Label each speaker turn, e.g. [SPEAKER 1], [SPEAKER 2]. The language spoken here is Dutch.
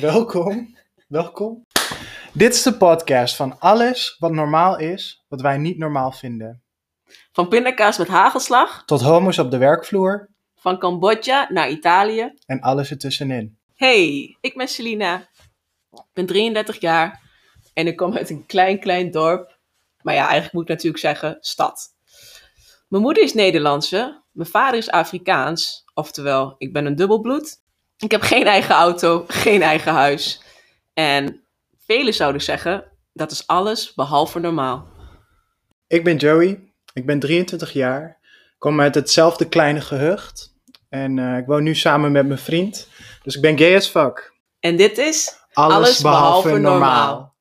[SPEAKER 1] Welkom. Welkom. Dit is de podcast van alles wat normaal is, wat wij niet normaal vinden.
[SPEAKER 2] Van pindakaas met hagelslag,
[SPEAKER 1] Tot homo's op de werkvloer
[SPEAKER 2] van Cambodja naar Italië.
[SPEAKER 1] en alles ertussenin.
[SPEAKER 2] Hey, ik ben Selina. Ik ben 33 jaar en ik kom uit een klein, klein dorp. Maar ja, eigenlijk moet ik natuurlijk zeggen stad. Mijn moeder is Nederlandse, mijn vader is Afrikaans, oftewel ik ben een dubbelbloed. Ik heb geen eigen auto, geen eigen huis. En velen zouden zeggen, dat is alles behalve normaal.
[SPEAKER 1] Ik ben Joey. Ik ben 23 jaar. Kom uit hetzelfde kleine gehucht. En eh, ik woon nu samen met mijn vriend. Dus ik ben gay as fuck.
[SPEAKER 2] En dit is
[SPEAKER 1] Alles, behalve, normaal.